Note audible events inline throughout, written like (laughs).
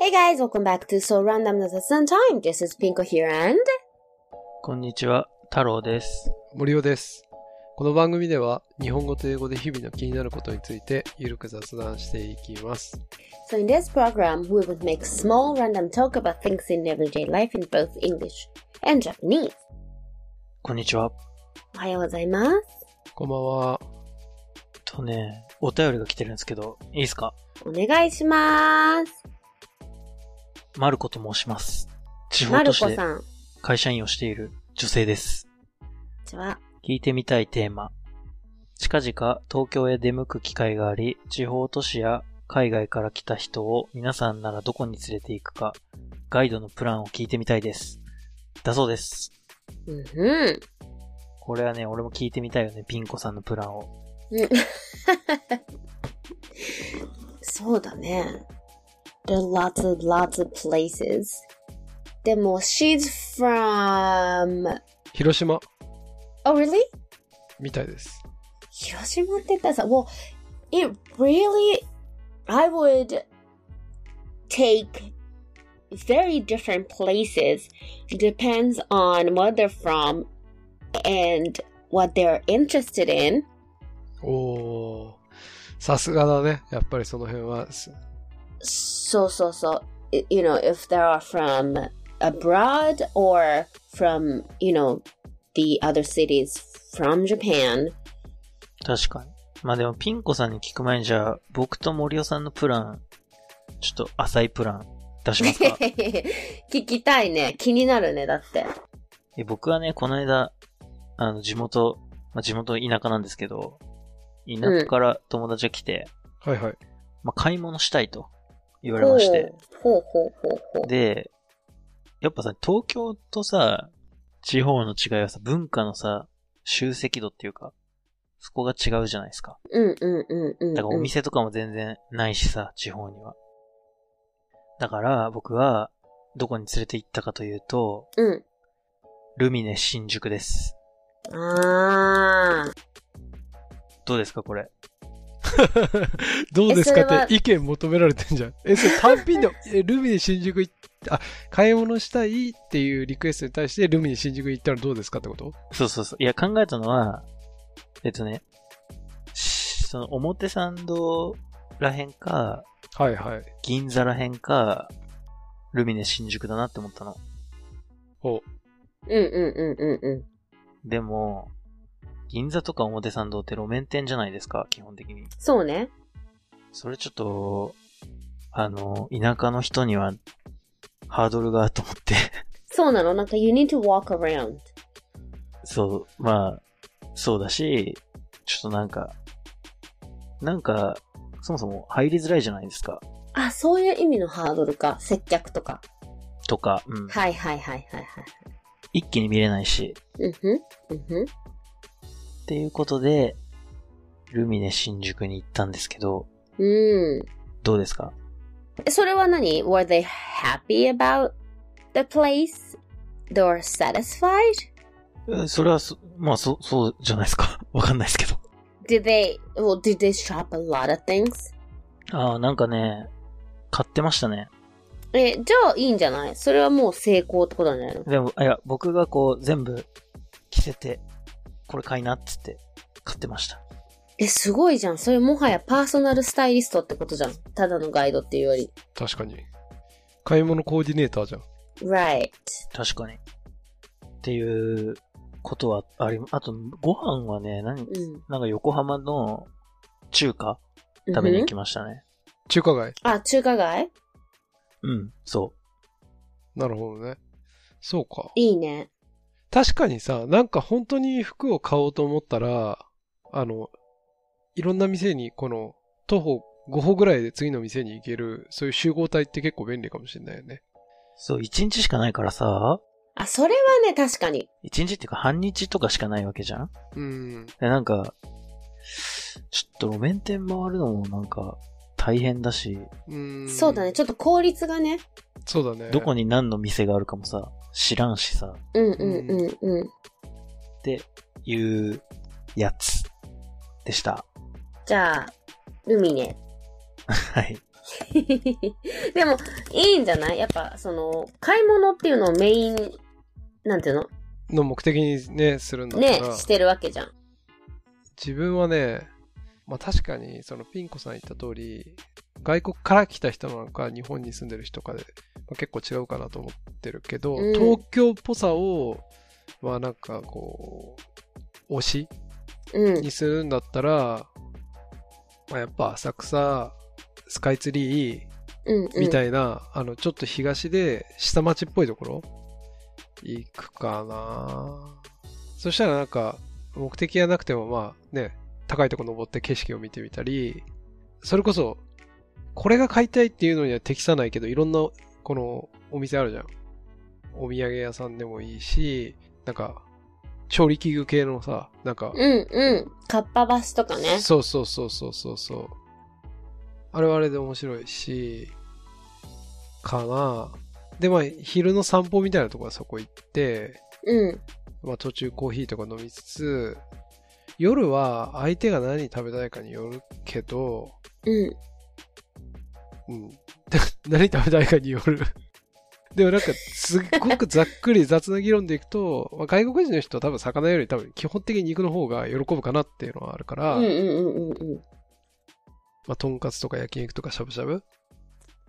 Hey guys, welcome back to So Random の雑談 Time. This is Pinko here and こんにちは、太郎です。森尾です。この番組では日本語と英語で日々の気になることについてゆるく雑談していきます。 So in this program, we would make small random talk about things in everyday life in both English and Japanese. こんにちは。おはようございます。こんばんは。とね、お便りが来てるんですけど、いいですかお願いします。マルコと申します。地ま方る都こ市でさん。こんに会社員をしている女性です。ちは。聞いてみたいテーマ。近々東京へ出向く機会があり、地方都市や海外から来た人を皆さんならどこに連れて行くか、ガイドのプランを聞いてみたいです。だそうです。うんうん。これはね、俺も聞いてみたいよね、ピンコさんのプランを。Mm-hmm. (laughs) そうだね。There are lots of lots of places. でも、she's from... 広島 Oh, really? みたいです。広島って言ったらさ、well, it really, I would take very different places. Depends on where they're from and what they're interested in. おー。さすがだね。やっぱりその辺は。す So, so, so, i- you know, if they are from abroad or from, you know, the other cities from (laughs) Japan. 確かに。まあでも、ピンコさんに聞く前にじゃあ、僕と森尾さんのプラン、ちょっと浅いプラン出しますか (laughs) 聞きたいね。気になるね、だって。え僕はね、この間、あの、地元、まあ、地元田舎なんですけど、田舎から友達が来て、はいはい。 (laughs) まあ、買い物したいと言われほうまして、ほうほうほうほう。で、やっぱさ、東京とさ、地方の違いはさ、文化のさ、集積度っていうか、そこが違うじゃないですか。うんうんうんうんうん。だからお店とかも全然ないしさ、地方には。だから、僕は、どこに連れて行ったかというと、うん。ルミネ新宿です。ああ。どうですか、これ。どうですかえそれはって意見求められてんじゃん。え、それ単品で、えルミネ新宿行って、あ、買い物したいっていうリクエストに対してルミネ新宿行ったらどうですかってことそうそうそう。いや、考えたのは、えっとね、しその表参道らへんか、はいはい。銀座らへんか、ルミネ新宿だなって思ったの。お、うんうんうんうんうん。でも、銀座とか表参道って路面店じゃないですか、基本的に。そうね。それちょっと、あの、田舎の人には、ハードルがと思って。 (laughs) そうなの。なんか、you need to walk around. そう、まあ、そうだし、ちょっとなんか、なんか、そもそも入りづらいじゃないですか。あ、そういう意味のハードルか。接客とか。とか、うん。はいはいはいはいはい。一気に見れないし。うんふん。うんふん。っていうことで、ルミネ新宿に行ったんですけど、うん。どうですかえそれは何 ?were they happy about the place? They were satisfied? それはそ、まあ、そ、そうじゃないですか。 (laughs) わかんないですけど。 Did they, well, did they shop a lot of things? ああ、なんかね、買ってましたね。え、じゃあいいんじゃないそれはもう成功ってことなんじゃないのでも、あいや、僕がこう、全部着せて、これ買いなっつって、買ってました。え、すごいじゃん。それもはやパーソナルスタイリストってことじゃん。ただのガイドっていうより。確かに。買い物コーディネーターじゃん。 Right. 確かに。っていう、ことはあり、あと、ご飯はね、何、うん。なんか横浜の中華食べに行うんきましたね。中華街。あ、中華街うん、そう。なるほどね。そうか。いいね。確かにさ、なんか本当に服を買おうと思ったら、あの、いろんな店に、この、徒歩5歩ぐらいで次の店に行ける、そういう集合体って結構便利かもしれないよね。そう、一日しかないからさ、あ、それはね、確かに。一日っていうか半日とかしかないわけじゃんうん。で、なんか、ちょっと路面店回るのもなんか大変だし、うん。そうだね。。ちょっと効率がね。そうだね。どこに何の店があるかもさ、知らんしさ、うんうんうんうん。っていうやつでした。じゃあ、ルミネ。はい。 (laughs) でも、いいんじゃないやっぱ、その、買い物っていうのをメイン、なんていうのの目的にね、するんだったねら、、してるわけじゃん。自分はね、まあ確かに、そのピン子さん言った通り、外国から来た人なのか、日本に住んでる人かで、まあ結構違うかなと思ってるけど、うん東京っぽさを、まあなんかこう、推しうん。にするんだったら、まあ、やっぱ浅草、スカイツリーうん、うん。みたいな、あの、ちょっと東で下町っぽいところ行くかなそしたらなんか、目的がなくてもまあね、高いとこ登って景色を見てみたり、それこそ、これが買いたいっていうのには適さないけど、いろんな、この、お店あるじゃん。お土産屋さんでもいいし、なんか、調理器具系のさ、なんか、うん、うん。かっぱ橋とかね。そうそうそうそうそうそう。あれはあれで面白いし、かな。で、まあ、昼の散歩みたいなとこはそこ行って、うん。まあ、途中コーヒーとか飲みつつ、夜は相手が何食べたいかによるけど、うん。うん。 (laughs) 何食べたいかによる。でもなんか、すっごくざっくり雑な議論でいくと、まあ外国人の人は多分魚より多分基本的に肉の方が喜ぶかなっていうのはあるから、うん、うん、うん、うん。うんまあ、とんかつとか焼肉とかしゃぶしゃぶ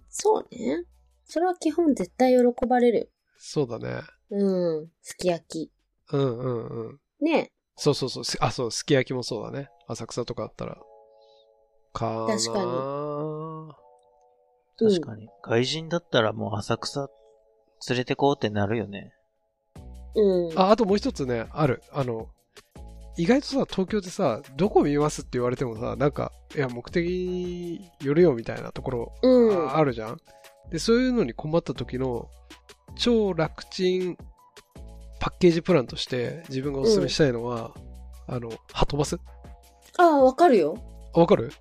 そうね。それは基本絶対喜ばれるよ。そうだね。うん。すき焼き。うんうんうん。ね。そうそうそう。すあ、そう、すき焼きもそうだね。浅草とかあったら。かな確かうん確かに。外人だったらもう浅草連れてこうってなるよね。うん。あ、あともう一つね、ある。あの、意外とさ、東京でさ、どこ見ますって言われてもさ、なんか、いや、目的によるよみたいなところ、うん。ああるじゃん。で、そういうのに困った時の、超楽ちんパッケージプランとして、自分がおすすめしたいのは、あの、はとバス。ああ、わかるよ。あわかる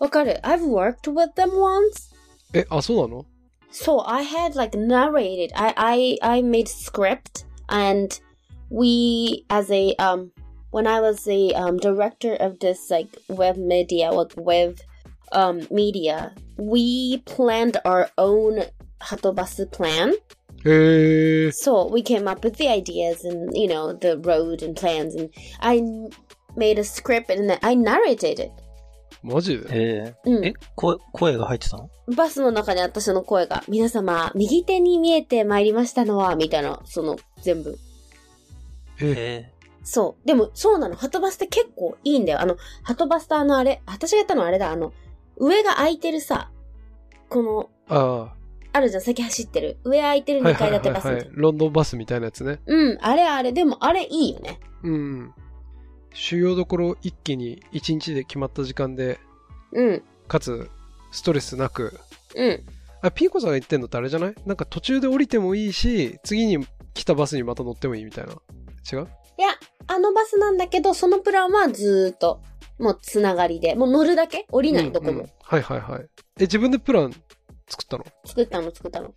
わかる。I've worked with them once. え、あ、そうなの So I had like narrated. I I I made script and we as a um when I was the um director of this like web media like web um media, we planned our own Hatobasu plan. へー。 So we came up with the ideas and you know the road and plans and I n- made a script and then I narrated it. マジでえうえんえ、声、声が入ってたのバスの中に私の声が、皆様、右手に見えてまいりましたのは、みたいな、その、全部。ええそう。でも、そうなの。ハトバスって結構いいんだよ。あの、ハトバスターのあれ、私がやったのはあれだ、あの、上が空いてるさ、この、ああるじゃん、先走ってる。上空いてあ、るは2いは階い建てバはい、スみたいなはい。ロンドンバスみたいなやつね。うん、あれあれ。でも、あれいいよね。うん。主要どころを一気に一日で決まった時間で、うん、かつストレスなく。うん。あ、ピーコさんが言ってんのってあれじゃないなんか途中で降りてもいいし、次に来たバスにまた乗ってもいいみたいな。違うあのバスなんだけど、そのプランはずーっと、もうつながりで、もう乗るだけ降りない、うんどこうもん。はいはいはい。え、自分でプラン作ったの作ったの、作ったの。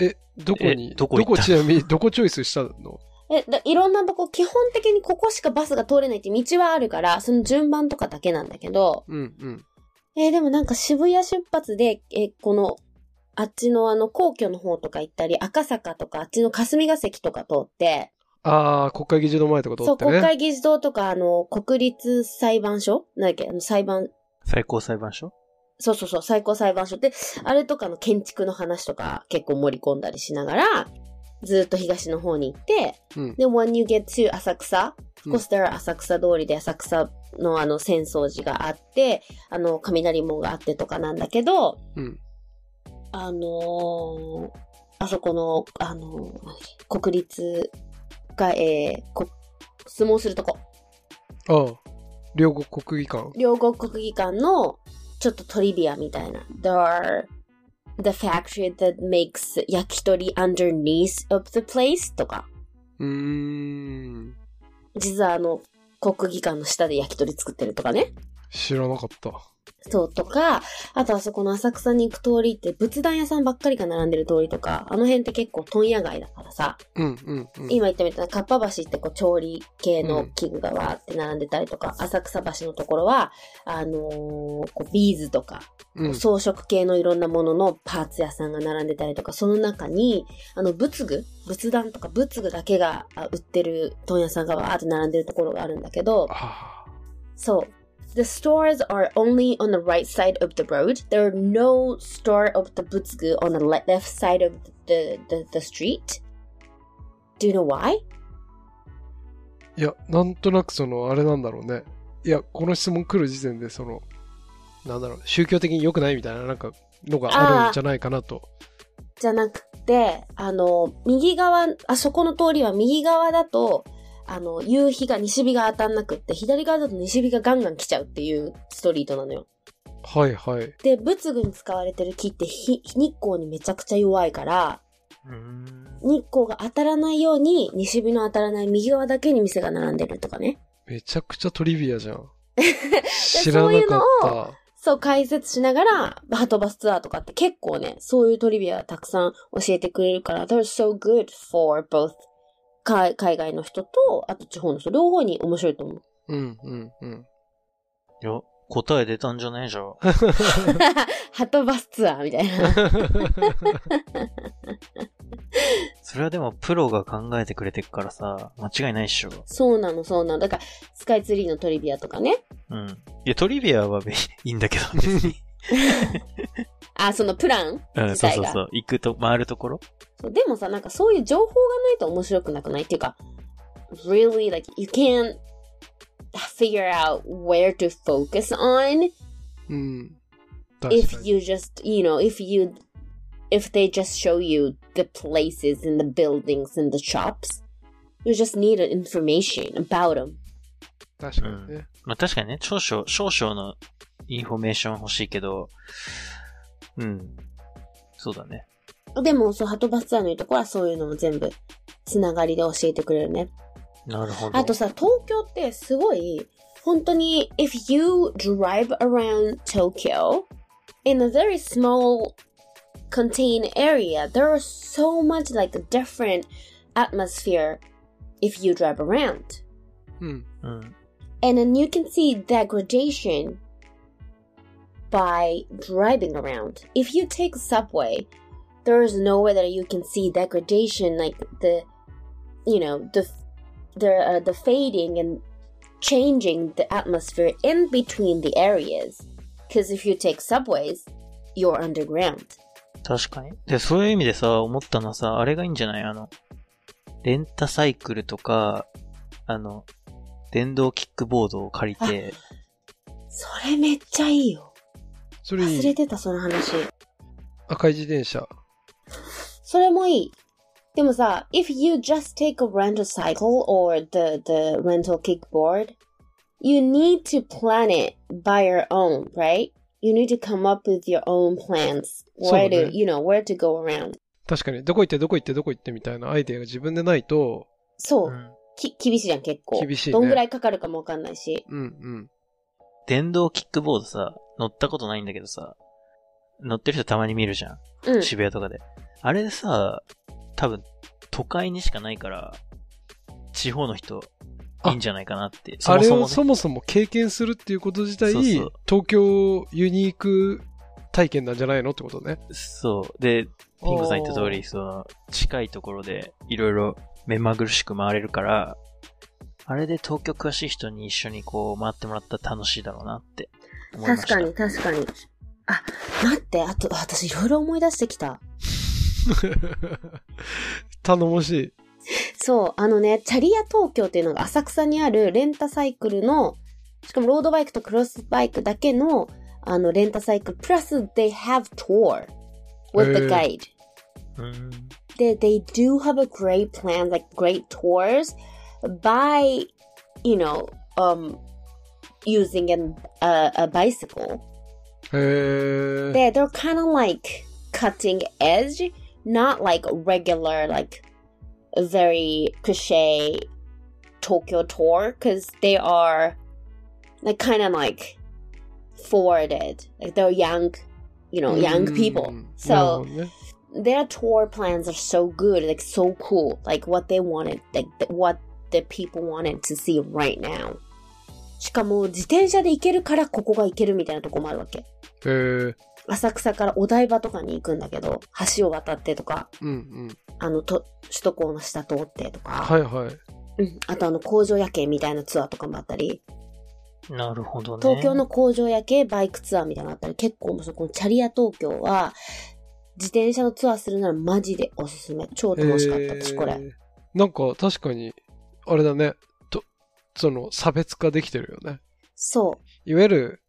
え、どこにえどこ行ったちなみに、どこチョイスしたのえ、だいろんなとこ、基本的にここしかバスが通れないって道はあるから、その順番とかだけなんだけど、うんうん。えーでもなんか渋谷出発で、えーこの、あっちのあの、皇居の方とか行ったり、赤坂とか、あっちの霞が関とか通って、ああ、国会議事堂前とか通そう、ってね。国会議事堂とか、あの、国立裁判所なんだっけあの、裁判、最高裁判所そうそうそう、最高裁判所で、あれとかの建築の話とか結構盛り込んだりしながら、ずーっと東の方に行って、うんで、when you get to 浅草、of うん course there are 浅草通りで浅草のあの浅草寺があって、あの雷門があってとかなんだけど、うんあのーあそこの、あのーなんだっけ国立が、えーこ相撲するとこ、ああ、両国国技館。両国国技館のちょっとトリビアみたいな。There are the factory that makes 焼き鳥 underneath of the place とか。うーん。実はあの、国技館の下で焼き鳥作ってるとかね。知らなかった。そうとか、あとあそこの浅草に行く通りって仏壇屋さんばっかりが並んでる通りとか、あの辺って結構問屋街だからさ、うんうんうん。今言ったみたいな、かっぱ橋ってこう、調理系うのん器具がわーって並んでたりとか、浅草橋のところは、あのーこうビーズとか、うん装飾系のいろんなもののパーツ屋さんが並んでたりとか、その中に、あの、仏具、仏壇とか仏具だけがあ売ってる問屋さんがわーって並んでるところがあるんだけど、ああ So, the stores are only on the right side of the road. There are no store of the Butsugu on the le- left side of the, the, the street. Do you know why? いや、なんとなくその、あれなんだろうね。いや、この質問来る時点で、その、なんだろう、宗教的に良くないみたいな、なんか、のがあるんじゃないかなと。じゃなくて、あの、右側、あそこの通りは右側だと、あの、夕日が、西日が当たんなくって、左側だと西日がガンガン来ちゃうっていうストリートなのよ。はいはい。で、仏具に使われてる木って日日光にめちゃくちゃ弱いから、うーん。日光が当たらないように西日の当たらない右側だけに店が並んでるとかね。めちゃくちゃトリビアじゃ (laughs) ん。知らなかそっういうのた。そう解説しながら、ハトバスツアーとかって結構ね、そういうトリビアたくさん教えてくれるから、they're so good for both 海海外の人と、あと地方の人、両方に面白いと思う。うんうんうん。いや、答え出たんじゃねえじゃん。 (laughs) (laughs) ハトバスツアーみたいな。それはでもプロが考えてくれてるからさ、間違いないっしょ。そうなの、そうなの。だから、スカイツリーのトリビアとかね。うん。いや、トリビアはべいいんだけど、別に。あ、そのプラン (laughs) うん、そうそ自う体そう。行くと、回るところそうでもさ、なんかそういう情報がないと面白くなくないっていうか、really, like, you can't figure out where to focus on うん。 (laughs) 確か if に。 you just, you know, if you, if they just show you the places and the buildings and the shops. You just need information about them. 確かにね。まあ確かにね、少々、少々のインフォメーション欲しいけど、うん。そうだね。でも、そう、ハトバスツアーのいいとこはそういうのも全部、つながりで教えてくれるね。なるほど。あとさ、東京ってすごい、本当に、if you drive around Tokyo in a very small contained area, there are so much like different atmosphere if you drive around. うん。うん。 And then you can see degradation by driving around. If you take subway, there is no way that you can see degradation like the, you know, the the uh, the fading and changing the atmosphere in between the areas. Because if you take subways, you're underground. 確かに。で、そういう意味でさ、思ったのはさ、あれがいいんじゃないあの、レンタサイクルとか、あの、電動キックボードを借りて、それめっちゃいいよ。それ忘にれ、てたその話。赤い自転車。それもいい。でもさ、if you just take a rental cycle or the, the rental kickboard, you need to plan it by your own, right? You need to come up with your own plans. そう Where だ to, ね you know, where to go around. 確かに、どこ行って、どこ行って、どこ行ってみたいなアイデアが自分でないと、そうう。んき、厳しいじゃん、結構。厳しいねどんぐらいかかるかもわかんないし。うんうん。電動キックボードさ、乗ったことないんだけどさ、乗ってる人たまに見るじゃん。うん。渋谷とかで。あれさ、多分、都会にしかないから、地方の人、いいんじゃないかなって。そあもれそもをねそもそも経験するっていうこと自体、そうそう東京ユニーク体験なんじゃないのってことね。そう。で、ピンコさん言った通り、その、近いところで、いろいろ目まぐるしく回れるから、あれで東京詳しい人に一緒にこう、回ってもらったら楽しいだろうなって思いまし確た。かに、確かに。あ、待って、あと、私いろいろ思い出してきた。 (laughs) 頼もしい。そう、あのね、チャリア東京っていうのが浅草にあるレンタサイクルの、しかもロードバイクとクロスバイクだけの、あの、レンタサイクル、プラス they have tour with the へー guide. うん。 They, they do have a great plan, like great tours by, you know, um, using an, a, a bicycle. へえ。 They, they're kind of like cutting edge, not like regular, like very cliche Tokyo tour, because they are like kind of like forwarded. Like they're young, you know, Mm. young people. うんなるほ So どね their tour plans are so good, like so cool, like what they wanted, like th- what the people wanted to see right now. しかも自転車で行けるからここが行けるみたいなとこもあるわけ。えー、浅草からお台場とかに行くんだけど、橋を渡ってとか、うんうん。あの、と首都高の下通ってとか、はいはい。うん、あとあの工場夜景みたいなツアーとかもあったり、なるほどね。東京の工場夜景バイクツアーみたいなのあったり、結構面白い。このチャリア東京は、自転車のツアーするならマジでおすすめ。超楽しかった、私これ。えーなんか確かに、あれだね。と、その差別化できてるよね。そう。いわゆる、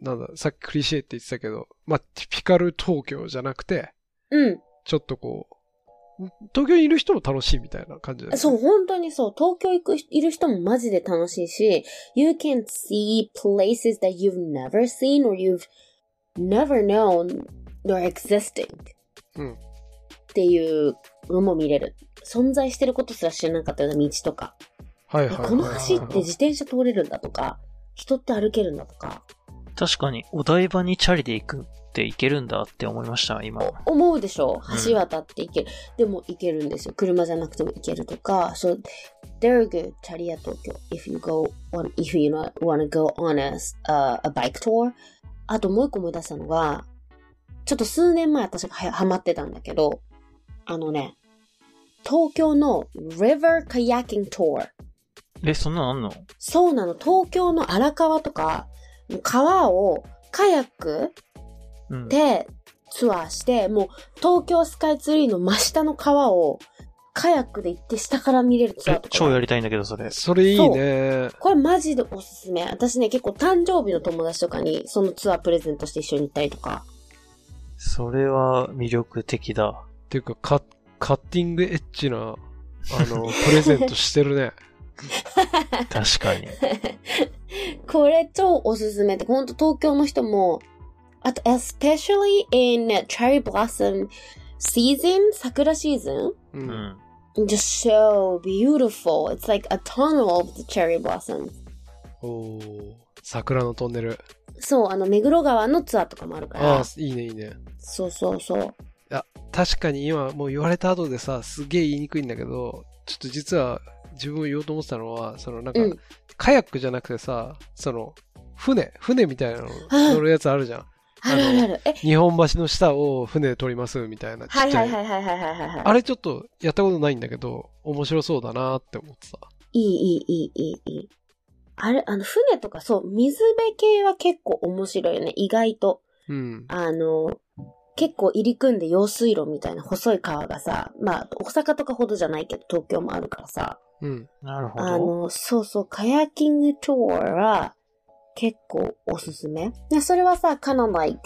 なんだ、さっきクリシェって言ってたけど、まあ、ティピカル東京じゃなくて、うん。ちょっとこう、東京にいる人も楽しいみたいな感じだよね。そう、本当にそう。東京行く人、いる人もマジで楽しいし、you can see places that you've never seen or you've never known or existing. うんっていうのも見れる。存在してることすら知らなかったような道とか。はいえはいはいはい。この橋って自転車通れるんだとか、人って歩けるんだとか、確かに、お台場にチャリで行くって行けるんだって思いました、今。思うでしょうん橋渡って行ける。でも行けるんですよ。車じゃなくても行けるとか。So, they're good. チャリア東京。If you go on, if you not wanna go on a, s- uh, a bike tour. あともう一個思い出したのが、ちょっと数年前私がはハマってたんだけど、あのね、東京の River Kayaking Tour。え、そんなのあんのそうなの、東京の荒川とか、川をカヤックうん。でツアーして、もう東京スカイツリーの真下の川をカヤックで行って下から見れるツアーえと、か超やね。りたいんだけど、それ。それいいね。これマジでおすすめ。私ね、結構誕生日の友達とかにそのツアープレゼントして一緒に行ったりとか。 (laughs) それは魅力的だ。 (laughs) っていうか、カカッティングエッチな、あの、 (laughs) プレゼントしてるね。確かに。これ超おすすめで、ほんと東京の人も、あと、especially in cherry blossom season, 桜シーズンう。うんん。 just so beautiful. It's like a tunnel of the cherry blossoms. おー桜のトンネル。そう、あの、目黒川のツアーとかもあるかあらあ。、いいね、いいね。そうそうそう。確かに今、もう言われた後でさ、すげえ言いにくいんだけど、ちょっと実は自分を言おうと思ってたのは、そのなんか、うんカヤックじゃなくてさ、その、船、船みたいなのあ乗るやつあるじゃん。あるあるある。え、日本橋の下を船で撮りますみたいな。はいはいい。はいはいはいはいはい。あれちょっとやったことないんだけど、面白そうだなって思ってた。いいいいいいいいいい。あれ、あの、船とかそう、水辺系は結構面白いよね。意外と。うん。あの、結構入り組んで用水路みたいな細い川がさ、まあ、大阪とかほどじゃないけど、東京もあるからさ。うん。なるほあど。の、そうそう、カヤキングトゥアーは結構おすすめ。でそれはさ、kind of like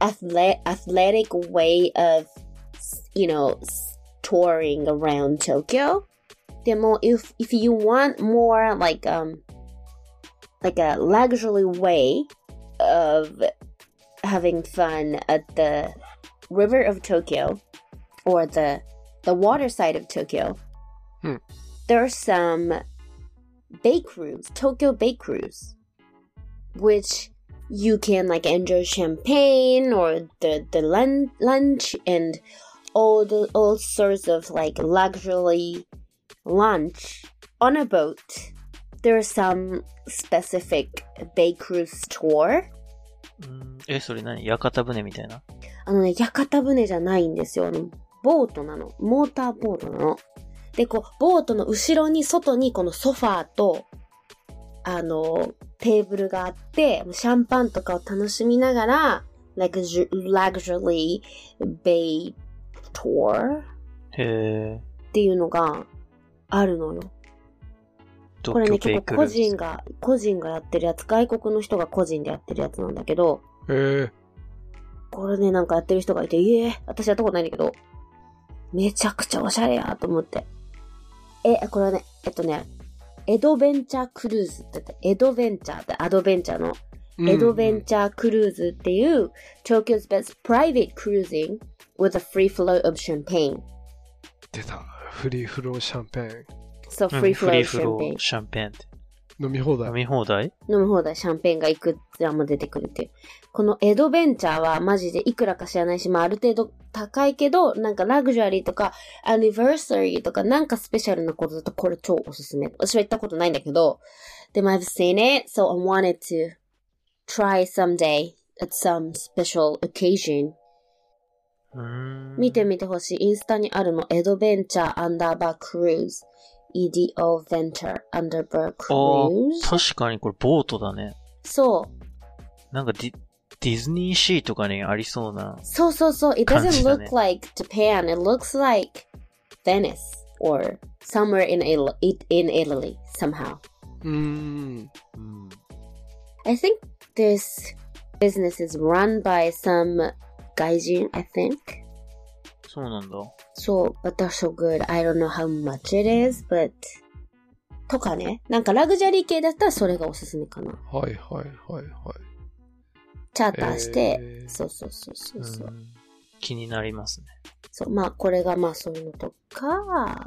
athle- athletic way of, you know, touring around Tokyo. でも、if, if you want more like, um, like a luxury way of having fun at the river of Tokyo or the, the water side of Tokyo, there's some bake rooms, Tokyo bake rooms, which you can like enjoy champagne or the the lun- lunch and all the all sorts of like luxury lunch on a boat. There are some specific bake room store. うんえ、それ何屋形船みたいな。あのね、屋形船じゃないんですよ。あの、ボートなの。モーターボートなの。で、こう、ボートの後ろに、外にこのソファーと、あの、テーブルがあって、シャンパンとかを楽しみながら、like a ju- luxury bay tour へえ。っていうのがあるのよ。これね、東京ベ結イ構クル個ー人ズ。が、個人がやってるやつ、外国の人が個人でやってるやつなんだけど、えー、これね、なんかやってる人がいて、いえ、私やったことないんだけど、めちゃくちゃおしゃれやと思って。え、これはね、えっとね、エドベンチャークルーズって言って、エドベンチャーってアドベンチャーの、うんエドベンチャークルーズっていう、Tokyo's best private cruising with a free flow of champagne. 出た。フリーフローシャンペーン。 So うん free フ flow リー of フロ champagne. ーシャンペーンって。飲み放題飲。み放題飲み放題、シャンペーンがいくらも出てくるっていう。このエドベンチャーはマジでいくらか知らないし、まあある程度高いけど、なんかラグジュアリーとか、アニバーサリーとか、なんかスペシャルなことだとこれ超おすすめ。私は行ったことないんだけど、でも I've seen it, so I wanted to try someday at some special occasion. うーん。見てみてほしい。インスタにあるの、エドベンチャーアンダーバークルーズ。EDO Venture Underbar あー Cruise。確かにこれボートだね。そう。なんかディディズニーシーとかにありそうな。 So so so it doesn't 感じだね。 look like Japan. It looks like Venice or somewhere in Italy, in Italy somehow. うーん。うん。 I think this business is run by some gaijin, I think. そうなんだ。 So, but they're so good. I don't know how much it is, but とかね。なんかラグジュアリー系だったらそれがおすすめかな。はいはいはいはい。チャーターして、えーそうそうそうそううそう。ん気になりますね。そうまあこれがまあそういうのとか、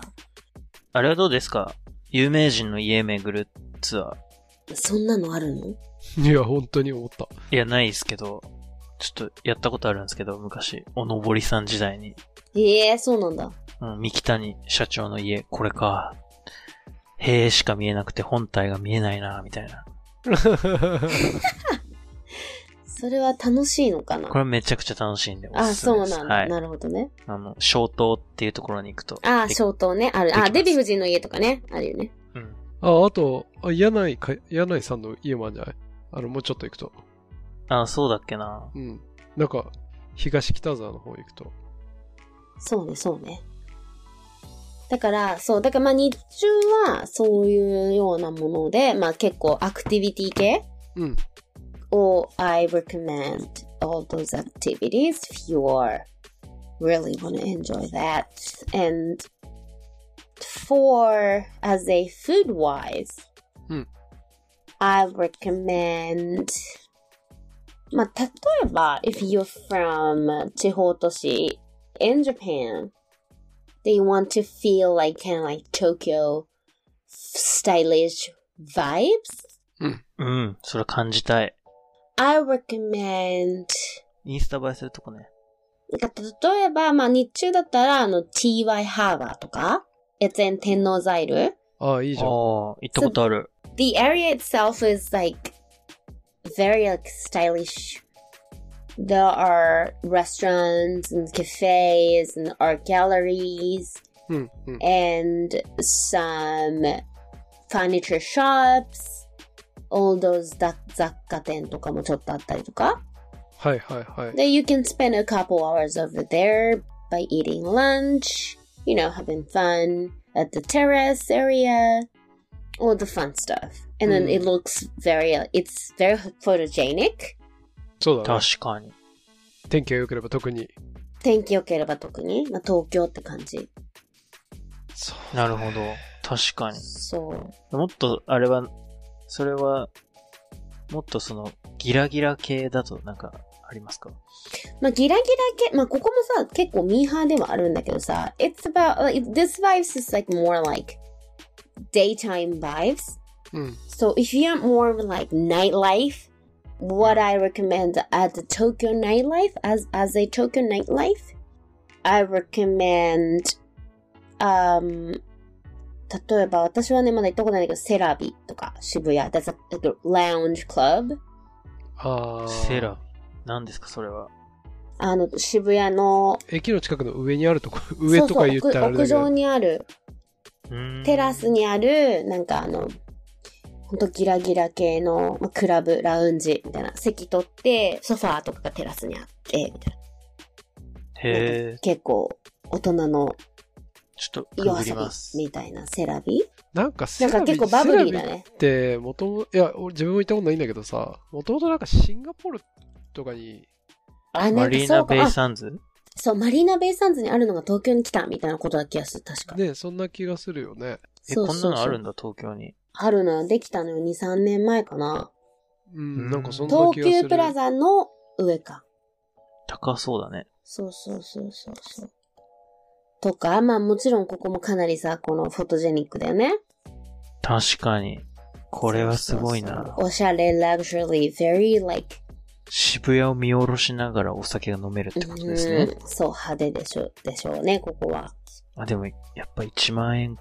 あれはどうですか有名人の家巡るツアそんなのあるのいや、本当に思った。 (laughs) ー。いや、ないですけど、ちょっとやったことあるんですけど、昔、おのぼりさん時代に、ええそうなんだ。うん、三木谷社長の家、これか。塀しか見えなくて本体が見えないな、みたいな。それは楽しいのかなこれめちゃくちゃ楽しいんで、おあ、すすめそでうす。なんだ。はい。なるほどね。あの、小島っていうところに行くと。あ、で消灯ね。ある。できまあ、すデヴィ夫人の家とかね。あるよね。うん。あ、あと、あ柳井か、柳井さんの家もあるんじゃないあの、もうちょっと行くと。あ、そうだっけな。うん。なんか、東北沢の方行くと。そうね、そうね。だから、そう。だからまあ日中はそういうようなもので、まあ結構アクティビティ系うん。を I recommend all those activities if you are really want to enjoy that. And for as a food wise, うん I recommend まあ、例えば、if you're from 地方都市 in Japan, they want to feel like kind of like Tokyo stylish vibes. うん。それは感じたい。 I recommend インスタ映えするとこね。なんか例えば、まあ日中だったら、あの、TY ハーバーとか、越前天王ザイル。ああ、いいじああゃー、ん。あ行ったことある。 The area itself is like very like stylish. There are restaurants and cafes and art galleries うん、うん。 and some furniture shops. All those 雑雑貨店とかもちょっとあったりとか。はいはいはい。 that you can spend a couple hours over there by eating lunch, you know, having fun at the terrace area, all the fun stuff. And then Mm. it looks very, uh, it's very photogenic. そうだね。確かに。天気が良ければ特に。天気良ければ特に、まあ、東京って感じ。そうなるほど。確かに。そう。もっと、あれは、それは、もっとその、ギラギラ系だとなんか、ありますかまあ、ギラギラ系、まあ、ここもさ、結構ミーハーではあるんだけどさ、it's about, like, this vibes is like more like daytime vibes. うん。 So if you want more of like nightlife, what I recommend at the Tokyo nightlife as as a Tokyo nightlife, I recommend um 例えば私はねまだ行ったことないんだけどセラビとか渋谷 that's a, like a lounge club ああ。セラ。何ですか、それは。あの渋谷の駅の近くの上にあるとこ、 (laughs) 上とか言ったらあそれうだけそう屋屋上。どにあるうーんテラス。にある、なんかあの、ほんとギラギラ系のまあクラブ、ラウンジみたいな。席取って、ソファーとかがテラスにあって、みたいへなえ。。結構、大人のちょっと、夜くぐり遊びます。みたいなセラビなんかセなんラかビ結構バブリーセラだビね。って、もとも、いや、俺自分も行ったことないんだけどさ、もともとなんかシンガポールとかに、あ、なマんかリーそナ・うかベイ・あ、サンズそう、マリーナベイサンズにあるのが東京に来たみたいなことだ気がする、確か。ね、そんな気がするよね。え、そうこんなそうのそうあるんだ、東京に。あるのよ。できたのよ。2、3年前かな。うん、なんかそんな東気がする。急プラザの上か。高そうだね。そうそうそうそうそう。とか、まあもちろんここもかなりさ、このフォトジェニックだよね。確かに。これはすごいな。おしゃれ、luxury, very like 渋谷を見下ろしながらお酒が飲めるってことですね。うん、そう、派手でしょでしょうね、ここは。あ、でも、やっぱ1万円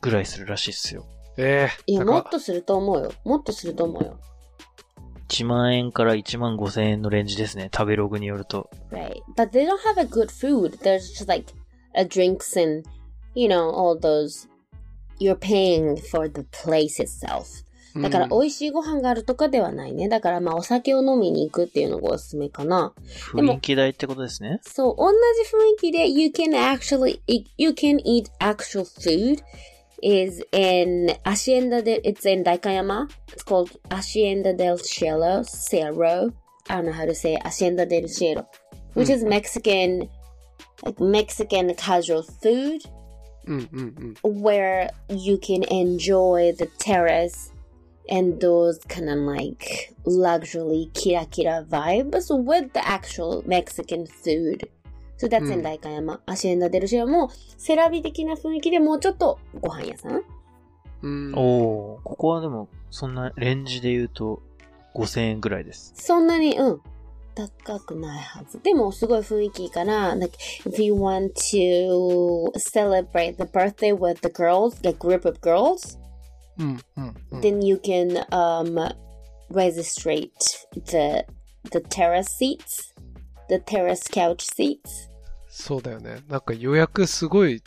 ぐらいするらしいっすよ。ええいや、高もっとすると思うよ。もっとすると思うよ。 1万円から1万5千円のレンジですね。食べログによると。 Right. But they don't have a good food. There's just like a drinks and, you know, all those. You're paying for the place itself. うんだから、美味しいご飯があるとかではないね。だから、まあ、お酒を飲みに行くっていうのがおすすめかな。も雰囲気代ってことですね。そう、同じ雰囲気で、you can actually, you can eat actual food is in Hacienda de, it's in Daikayama. It's called Hacienda del Cielo, Cerro. I don't know how to say it. Hacienda del Cielo, which is Mexican, like Mexican casual food うんうんうん。 where you can enjoy the terrace and those kind of like luxury kira kira vibes with the actual Mexican food. So that's in うん Daikayama. Hacienda del Cielo もセラビ的な雰囲気でもうちょっとご飯屋さんうん、おお、ここはでも、そんなレンジで言うと5千円ぐらいです。そんなに、うん。高くないはず。でも、すごい雰囲気いいから、like, if you want to celebrate the birthday with the girls, the group of girls, うんうんうん。 then you can um registrate the the terrace seats the terrace couch seats そうだよね。なんか予約すごい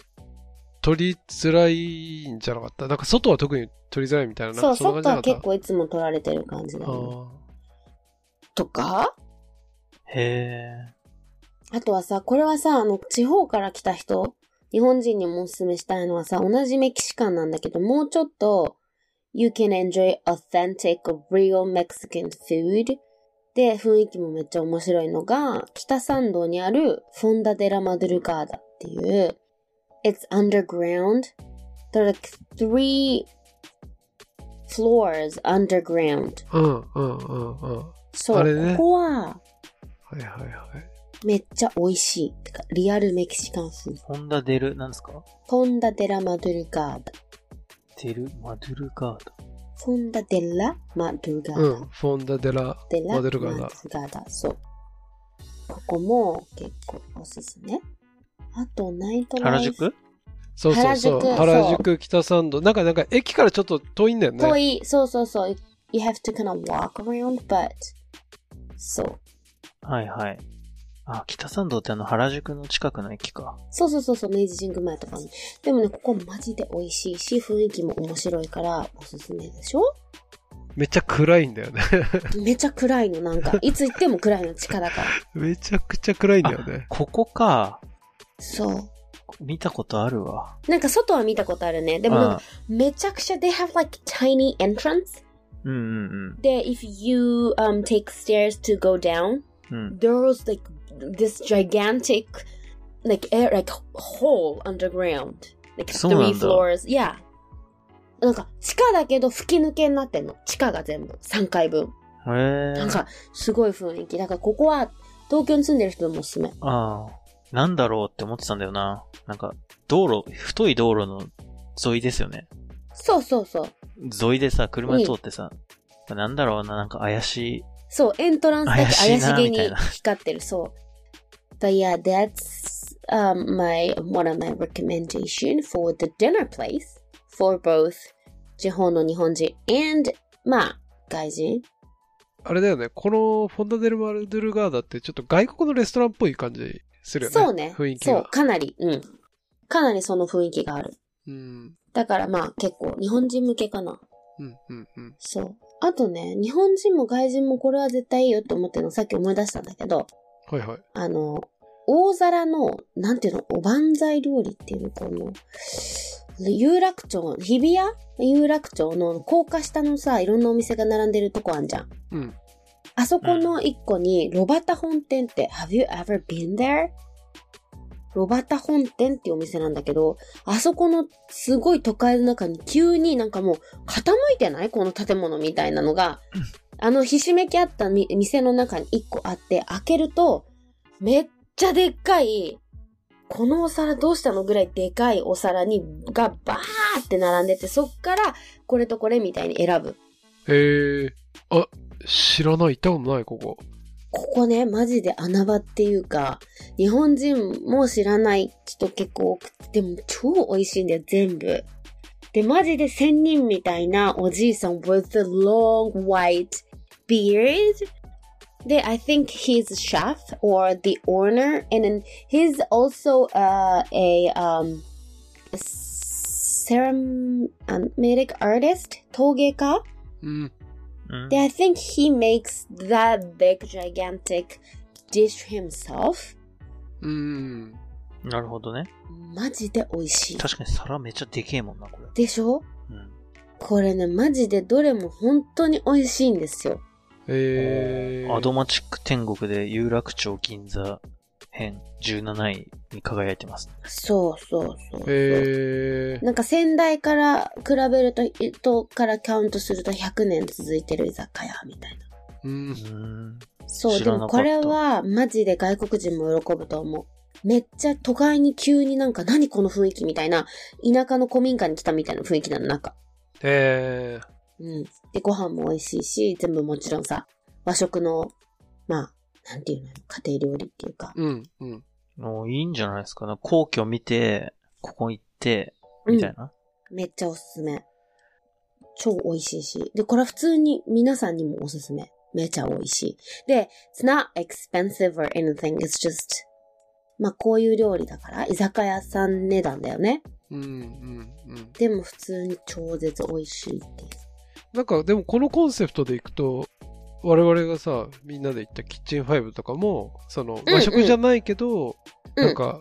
取りづらいんじゃなかった。なんか外は特に取りづらいみたいな。なんそかうそんな外は感じ結じゃなかっ構いつも取られてる感じだた。よねあとかへえ。あとはさこれはさあの地方から来た人日本人にもおすすめしたいのはさ同じメキシカンなんだけどもうちょっと You can enjoy authentic real Mexican food で雰囲気もめっちゃ面白いのが北参道にあるフォンダデラマドルガーダっていう It's underground. There are like three floors underground. ーうんうんうんうん。はそあう、れねここはいはいはい。めっちゃ美味しい。てかリアルメキシカン風。ホンダデル、なんですかフォンダデラマドルガーダ。デル、マドゥルガード。フォンダデラマドルガーダ。うん。フォンダデラデラマドルガーマダ。ドルガーダそう。ここも結構おすすめ。あと、ナイトライ原フ。宿そうそうそう。原宿原そう宿北参道。なんかなんか駅からちょっと遠いんだよね。遠い、そうそうそう。You have to kind of walk around, but そう。はいはい。あ、北参道ってあの原宿の近くの駅か。そうそうそうそう、明治神宮前とかに。でもね、ここマジで美味しいし、雰囲気も面白いから、おすすめで (laughs) しょめっちゃ暗いんだよね。 (laughs) めちゃ暗いの、なんか。いつ行っても暗いの、地下だから。めちゃくちゃ暗いんだよね。ここか。そう。見たことあるわ。なんか外は見たことあるね。でもなんか、めちゃくちゃ、they have like tiny entrance. うんうんで、if you、um, take stairs to go down, うん。うん。 there's like this gigantic, like, air, like hole underground. Like そうな three んだ floors. Yeah. なんか、地下だけど吹き抜けになってんの。地下が全部。3階分。へえなん。か、すごい雰囲気。だから、ここは、東京に住んでる人でもおすすめ。ああ。なんだろうって思ってたんだよな。なんか、道路、太い道路の沿いですよね。そうそうそう。沿いでさ、車で通ってさ、なんだろうな、なんか怪しい。そう、エントランスだけ怪しい怪なしげにみたいな光ってる、そう。But yeah, that's、um, my, one of my recommendation for the dinner place for both 地方の日本人 and, まあ、外人。あれだよね。このフォンダデルマドルガーダってちょっと外国のレストランっぽい感じするよね。そうね。雰囲気そがう、。かなり、うん。かなりその雰囲気がある。うん。だからまあ、結構、日本人向けかな。うんうんうん。そう。あとね、日本人も外人もこれは絶対いいよって思ってるのさっき思い出したんだけど、はいはい。あの、大皿の、なんていうの、おばんざい料理っていうのかな。有楽町、日比谷有楽町の高架下のさ、いろんなお店が並んでるとこあんじゃん。うん。あそこの一個に、ロバタ本店って、Have you ever been there? ロバタ本店っていうお店なんだけど、あそこのすごい都会の中に急になんかもう傾いてないこの建物みたいなのが、あのひしめきあったみ店の中に一個あって、開けると、めっちゃでっかい、このお皿どうしたのぐらいでかいお皿に、がバーーって並んでて、そっからこれとこれみたいに選ぶ。へえ。あ、知らない。行ったことない、ここ。ここね、マジで穴場っていうか、日本人も知らない人結構多くて、でも超美味しいんだよ、全部。で、マジで仙人みたいなおじいさん with the long white beard. で、I think he's a chef or the owner and then he's also、uh, a, um, a ceramic artist? 陶芸家うん。うん。で、I think he makes that big gigantic dish himself. うん。なるほどね。マジで美味しい。確かに皿めっちゃでけえもんな、これ。でしょうん。これね、マジでどれも本当に美味しいんですよ。えー。アドマチック天国で有楽町銀座編17位に輝いてます。そうそうそうそう。えー。なんか先代から比べると、とからカウントすると100年続いてる居酒屋みたいな。うんう。ーん。そう、知でらもなかったこれはマジで外国人も喜ぶと思う。めっちゃ都会に急になんか何この雰囲気みたいな、田舎の古民家に来たみたいな雰囲気なの、なんか。えー。うん。で、ご飯も美味しいし、全部もちろんさ、和食の、まあ、なんていうの、家庭料理っていうか。うん。うん。もういいんじゃないですかね。皇居見て、ここ行って、みたいな。うん。めっちゃおすすめ。超美味しいし。で、これは普通に皆さんにもおすすめ。めちゃ美味しい。で、it's not expensive or anything, it's just, まあこういう料理だから、居酒屋さん値段だよね。うん。うん。うん。でも普通に超絶美味しいっていう。なんか、でもこのコンセプトでいくと、我々がさ、みんなで行ったキッチンファイブとかも、その、うん和食じゃないけど、うんなんか、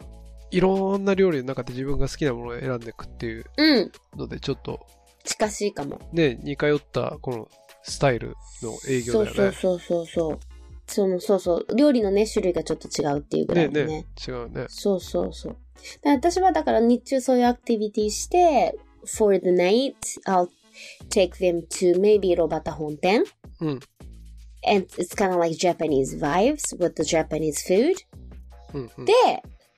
いろんな料理の中で自分が好きなものを選んでいくっていううん。ので、ちょっと、近しいかも。ね、似通った、この、スタイルの営業そうだよね。そうそうそうそう。その、そうそう。料理のね、種類がちょっと違うっていうぐらねいでね。ね違うね。そうそうそう。で私はだから日中そういうアクティビティして、for the night, I'll take them to maybe ロバタ本店。うん。 And it's kind of like Japanese vibes with the Japanese food. うん、うん。で、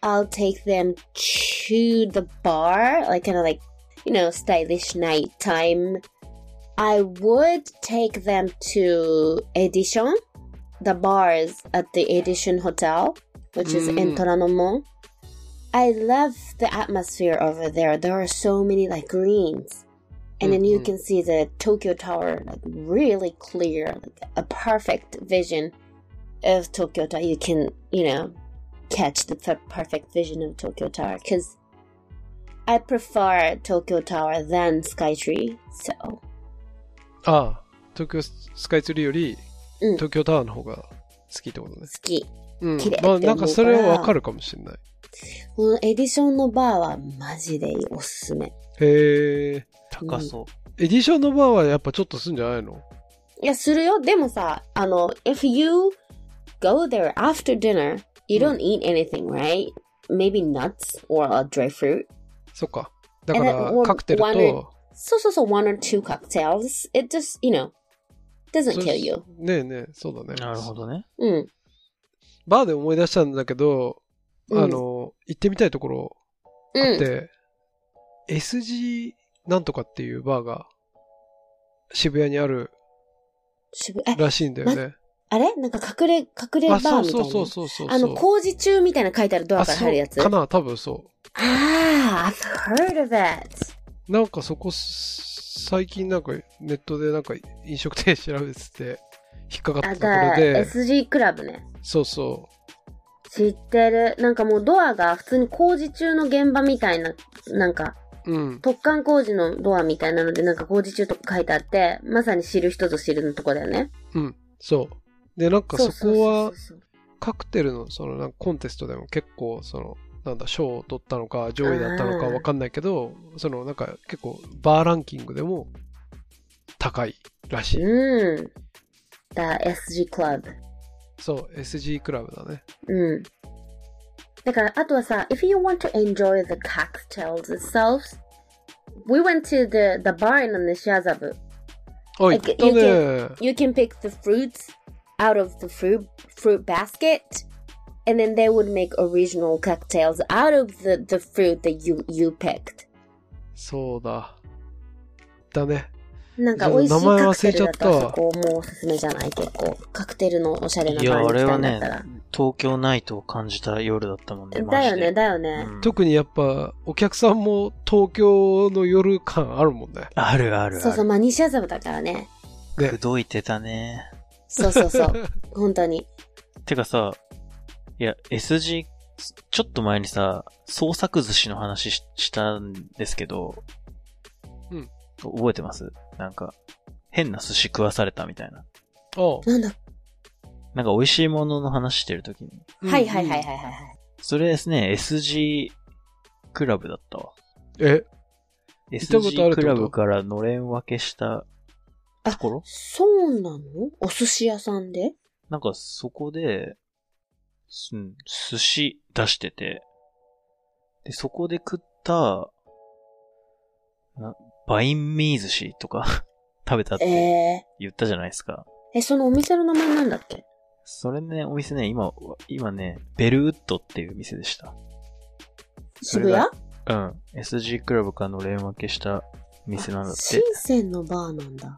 I'll take them to the bar, like kind of like, you know, stylish nighttime. I would take them to Edition, the bars at the Edition Hotel, which is in Mm. Toranomon. I love the atmosphere over there. There are so many like greens. And then you Mm, mm. can see the Tokyo Tower like really clear, like a perfect vision of Tokyo Tower. You can, you know, catch the per- perfect vision of Tokyo Tower because I prefer Tokyo Tower than Skytree. So ああ、東京スカイツリーより、うん東京タワーの方が好きってこと好ね。き。うん綺麗っ。てま思あ、うからなんかそれはわかるかもしれない。このエディションのバーはマジでいいおすすめ。へえ。高そう。エディションのバーはやっぱちょっとすんじゃないのいや、するよ。でもさ、あの、if you go there after dinner, you don't eat anything, right? Maybe nuts or a dry fruit. そっか。だからえ、カクテルワンと、 So, so, so, one or two cocktails. It just, you know, doesn't kill you. ねえねえ、そうだね。なるほどね。うん。バーで思い出したんだけど、あうんの、行ってみたいところうあっん。て、SG なんとかっていうバーが渋谷にある渋いえ、らしいんだよね。あれなんか隠れ、隠れバーあ、みたいそな。うそうそうそうそう。あの、工事中みたいなの書いてあるドアあからそう入るやつ。かあな多分そあ、I've heard of it. う。なんかそこ、す最近なんかネットでなんか飲食店調べてて、引っかかったあ、ところだ、で、 SG クラブね。そうそ知ってる。なんかもうドアが普通に工事中の現場みたいな、なんか、う。うん。突貫工事のドアみたいなので、なんか工事中とか書いてあって、まさに知る人ぞ知るのとこだよね。うん。そう。で、なんかそうこう、はそうそうカクテルのそのなんかコンテストでも結構そのなんだ賞を取ったのか上位だったのかあーわかんないけどそのなんか結構バーランキングでも高いらしいうん。だ、SG クラブ。そう SG クラブだねうん。だから、あとはさ、if you want to enjoy the cocktails itself, we went to the, the bar in the Shazabu. あ行っ Like, たね You can pick the fruits out of the fruit, fruit basket, and then they would make original cocktails out of the, the fruit that you, you picked. そうだ。だね。なんか美味しい名前カク忘れテルちゃだったわとあそこもおすすめじゃない結構。カクテルのおしゃれないやバーに来たんだったあれら。東京ナイトを感じた夜だったもんね。マだジよでね、だよね。うん特にやっぱ、お客さんも東京の夜感あるもんね。あるあるある。そうそう、まあ西麻布だからね。ねくどいてたね。そうそう (laughs) (laughs) そう。本当に。てかさ、いや、S g ちょっと前にさ、創作寿司の話ししたんですけど、うん。覚えてますなんか、変な寿司食わされたみたいな。あなんだ、なんか美味しいものの話してるときに。あはいはいはいはい。うんはいはい。それですね、SG クラブだったわ。え、たことある SG ってことクラブからのれん分けしたところそうなのお寿司屋さんでなんかそこで、すうん寿司出してて、で、そこで食った、なバインミー寿司とか (laughs) 食べたっえてえ言ったじゃないですか。ー。え、そのお店の名前なんだっけそれね、お店ね、今、今ね、ベルウッドっていう店でした。それ渋谷がうん。SG クラブからのれん分けした店なんだっ深て。センのバーなんだ。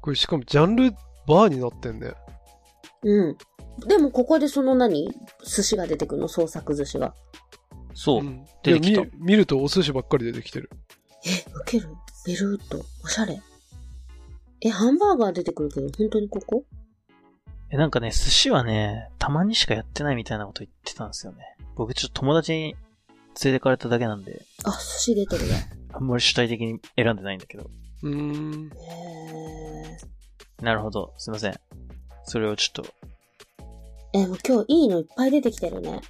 これしかもジャンルバーになってんね。うん。でもここでその何寿司が出てくるの創作寿司が。そう。ん出てきたいや見見るとお寿司ばっかり出てきてる。え、ウケるベルウッド。おしゃれ。え、ハンバーガー出てくるけど、本当にここえ、なんかね、寿司はね、たまにしかやってないみたいなこと言ってたんですよね。僕ちょっと友達に連れてかれただけなんで、あ、寿司出てるね。あんまり主体的に選んでないんだけど。うーん。へなるほど。すいません。それをちょっと、ーえ、もう今日いいのいっぱい出てきてるね。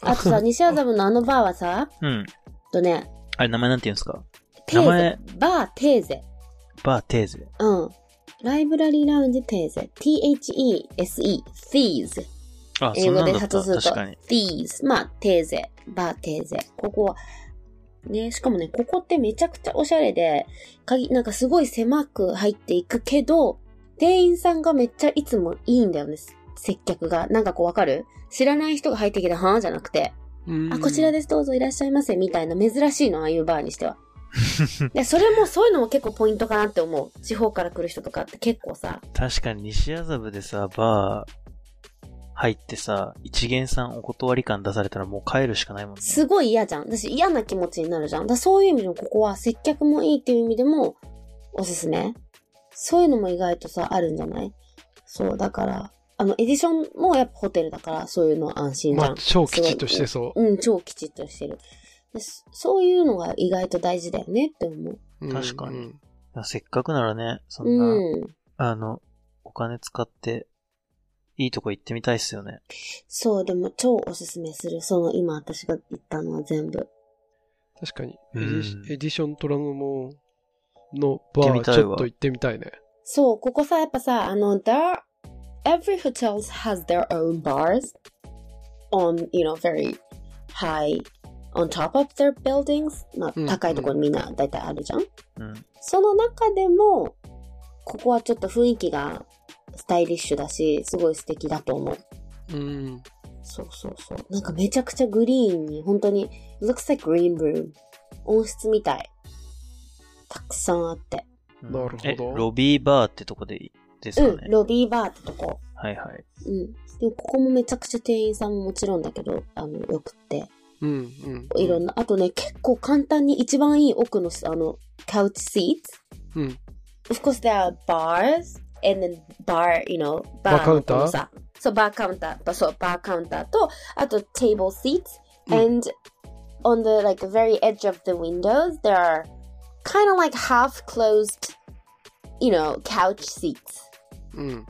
あとさ、西麻布のあのバーはさ、うん。とね、あれ、名前なんて言うんですかテー名ゼ前。バーテーゼ。バーテーゼ。うん。ライブラリーラウンジテーゼ。T-H-E-S-E。Thieves。あ、英そん語なんでだった。発する確とかに。。 Thieves。まあ、テーゼ。バーテーゼ。ここは、ね、しかもね、ここってめちゃくちゃおしゃれで、鍵、なんかすごい狭く入っていくけど、店員さんがめっちゃいつもいいんだよね。接客が。なんかこうわかる知らない人が入ってきたはぁじゃなくて、うーんあ、こちら。です、どうぞいらっしゃいませ、みたいな珍しいの、ああいうバーにしては。で、それも、そういうのも結構ポイントかなって思う。地方から来る人とかって結構さ、確かに西麻布でさ、バー、入ってさ、一元さんお断り感出されたらもう帰るしかないもんね。すごい嫌じゃん。私嫌な気持ちになるじゃん。だからそういう意味でもここは接客もいいっていう意味でもおすすめ。そういうのも意外とさ、あるんじゃないそう、だから、あの、エディションもやっぱホテルだから、そういうのは安心じまゃあん、。超きちっとしてそうん、超きちっとしてるでそそういうのが意外と大事だよねって思う。う。んうん確かに。いやせっかくならね、そんな、うん。あの、お金使って、いいとこ行ってみたいっすよね。そう、でも超おすすめする。その今私が言ったのは全部。確かに。エうんディエディショントラノモのバ行ってみー、たいわちょっと行ってみたいね。そう、ここさ、やっぱさ、あの、there, every hotel has their own bars on, you know, very high, on top of their buildings. まあう、ん高いところにみんな大体あるじゃん。うん。その中でも、ここはちょっと雰囲気がスタイリッシュだし、すごい素敵だと思う。うん。そうそうそう。なんかめちゃくちゃグリーンに、本当に、looks like green room. 温室みたい。たくさんあって。うんなるほどえロビーバーってとこでいいですかねう。ん、ロビーバーってとこ。はいはい。うん。でもここもめちゃくちゃ店員さんももちろんだけど、あの、よくって。うん。うん。いろんな、あとね、結構簡単に一番いい奥の、あの、カウチシーツ。うん。 Of course, there are bars, and then bar, you know, バーカウンターのこのさそう、バーカウンター、ばそう、バーカウンターと、あと、table seats, うん and on the, like, very edge of the windows, there are kind of like half-closed, you know, couch seats. うん。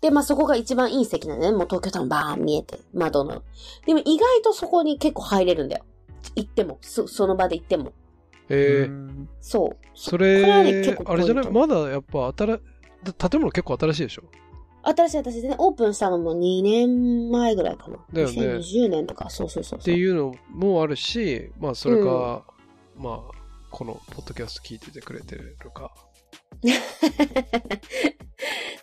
で、まあそこが一番いい席なのね。もう東京タワーバーン見えて、窓の。でも意外とそこに結構入れるんだよ。行っても、そその場で行っても。えうー、んそう。そこれはねれ結、構あれじゃないポインまだやっぱ新、だ建物結構新しいでしょ新しい私でね、オープンしたのも2年前ぐらいかな。だよね2020年とか、そうそうそうそう。っていうのもあるし、まあ、それか、まあ、このポッドキャスト聞いててくれてるか。。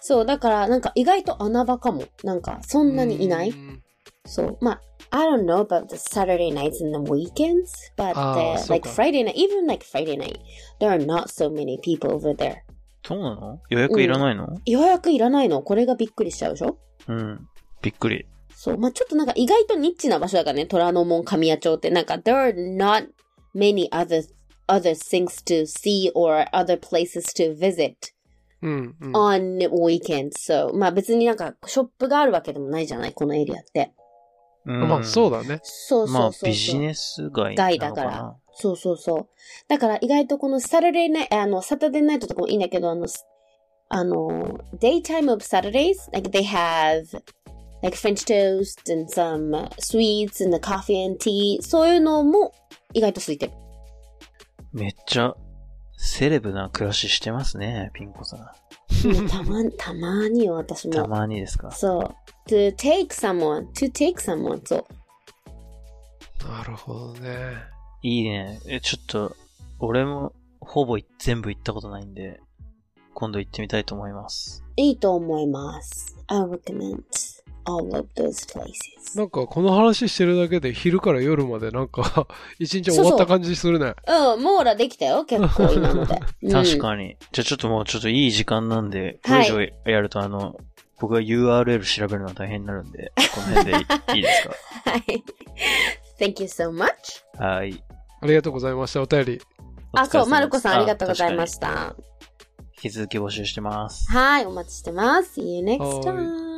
そう、だからなんか意外と穴場かも。なんかそんなにいないうん So, ma, I don't know about the Saturday nights and the weekends, but Ah, uh, so like good. Friday night, even like Friday night, there are not so many people over there. そうなの予約いらないの予約いらないのこれがびっくりしちゃうでしょうん。びっくり。そう。まあ、ちょっとなんか意外とニッチな場所だからね、虎ノ門神谷町って。なんか、there are not many other, other things to see or other places to visit うん、うん。 on weekends. So, まあ別になんかショップがあるわけでもないじゃない、このエリアって。うんまあ、そうだね。そうまそあうそうそう。ビジネス街街なだのかかな。ら。そうそうそう。だから意外とこのサタデーナイあの、サタデーナイトとかもいいんだけど、あの、すあの、daytime of Saturdays, like they have like French toast and some sweets and the coffee and tea, そういうのも意外と空いてる。めっちゃ、セレブな暮らししてますね、ピンコさん。もうたま、たまによ、私たも。まにですか。そう。to take someone, to take someone, そう。 (laughs) なるほどね。いいね。え、ちょっと、俺も、ほぼい全部行ったことないんで、今度行ってみたいと思います。いいと思います。I recommend all of those places. なんかこの話してるだけで昼から夜までなんか (laughs) 一日終わった感じするね。うん、網羅できたよ、結構今 (laughs) ので。確に。かに。じゃあちょっともうちょっといい時間なんで、こはれい以上やるとあの、僕が URL 調べるのは大変になるんで、この辺でいいいですはい。Thank you so much. (laughs) かはい。ありがとうございました。お便り。あ、そう、マルコさんありがとうございまた。した。引き続き募集してます。はい、お待ちしてます。See you next は time.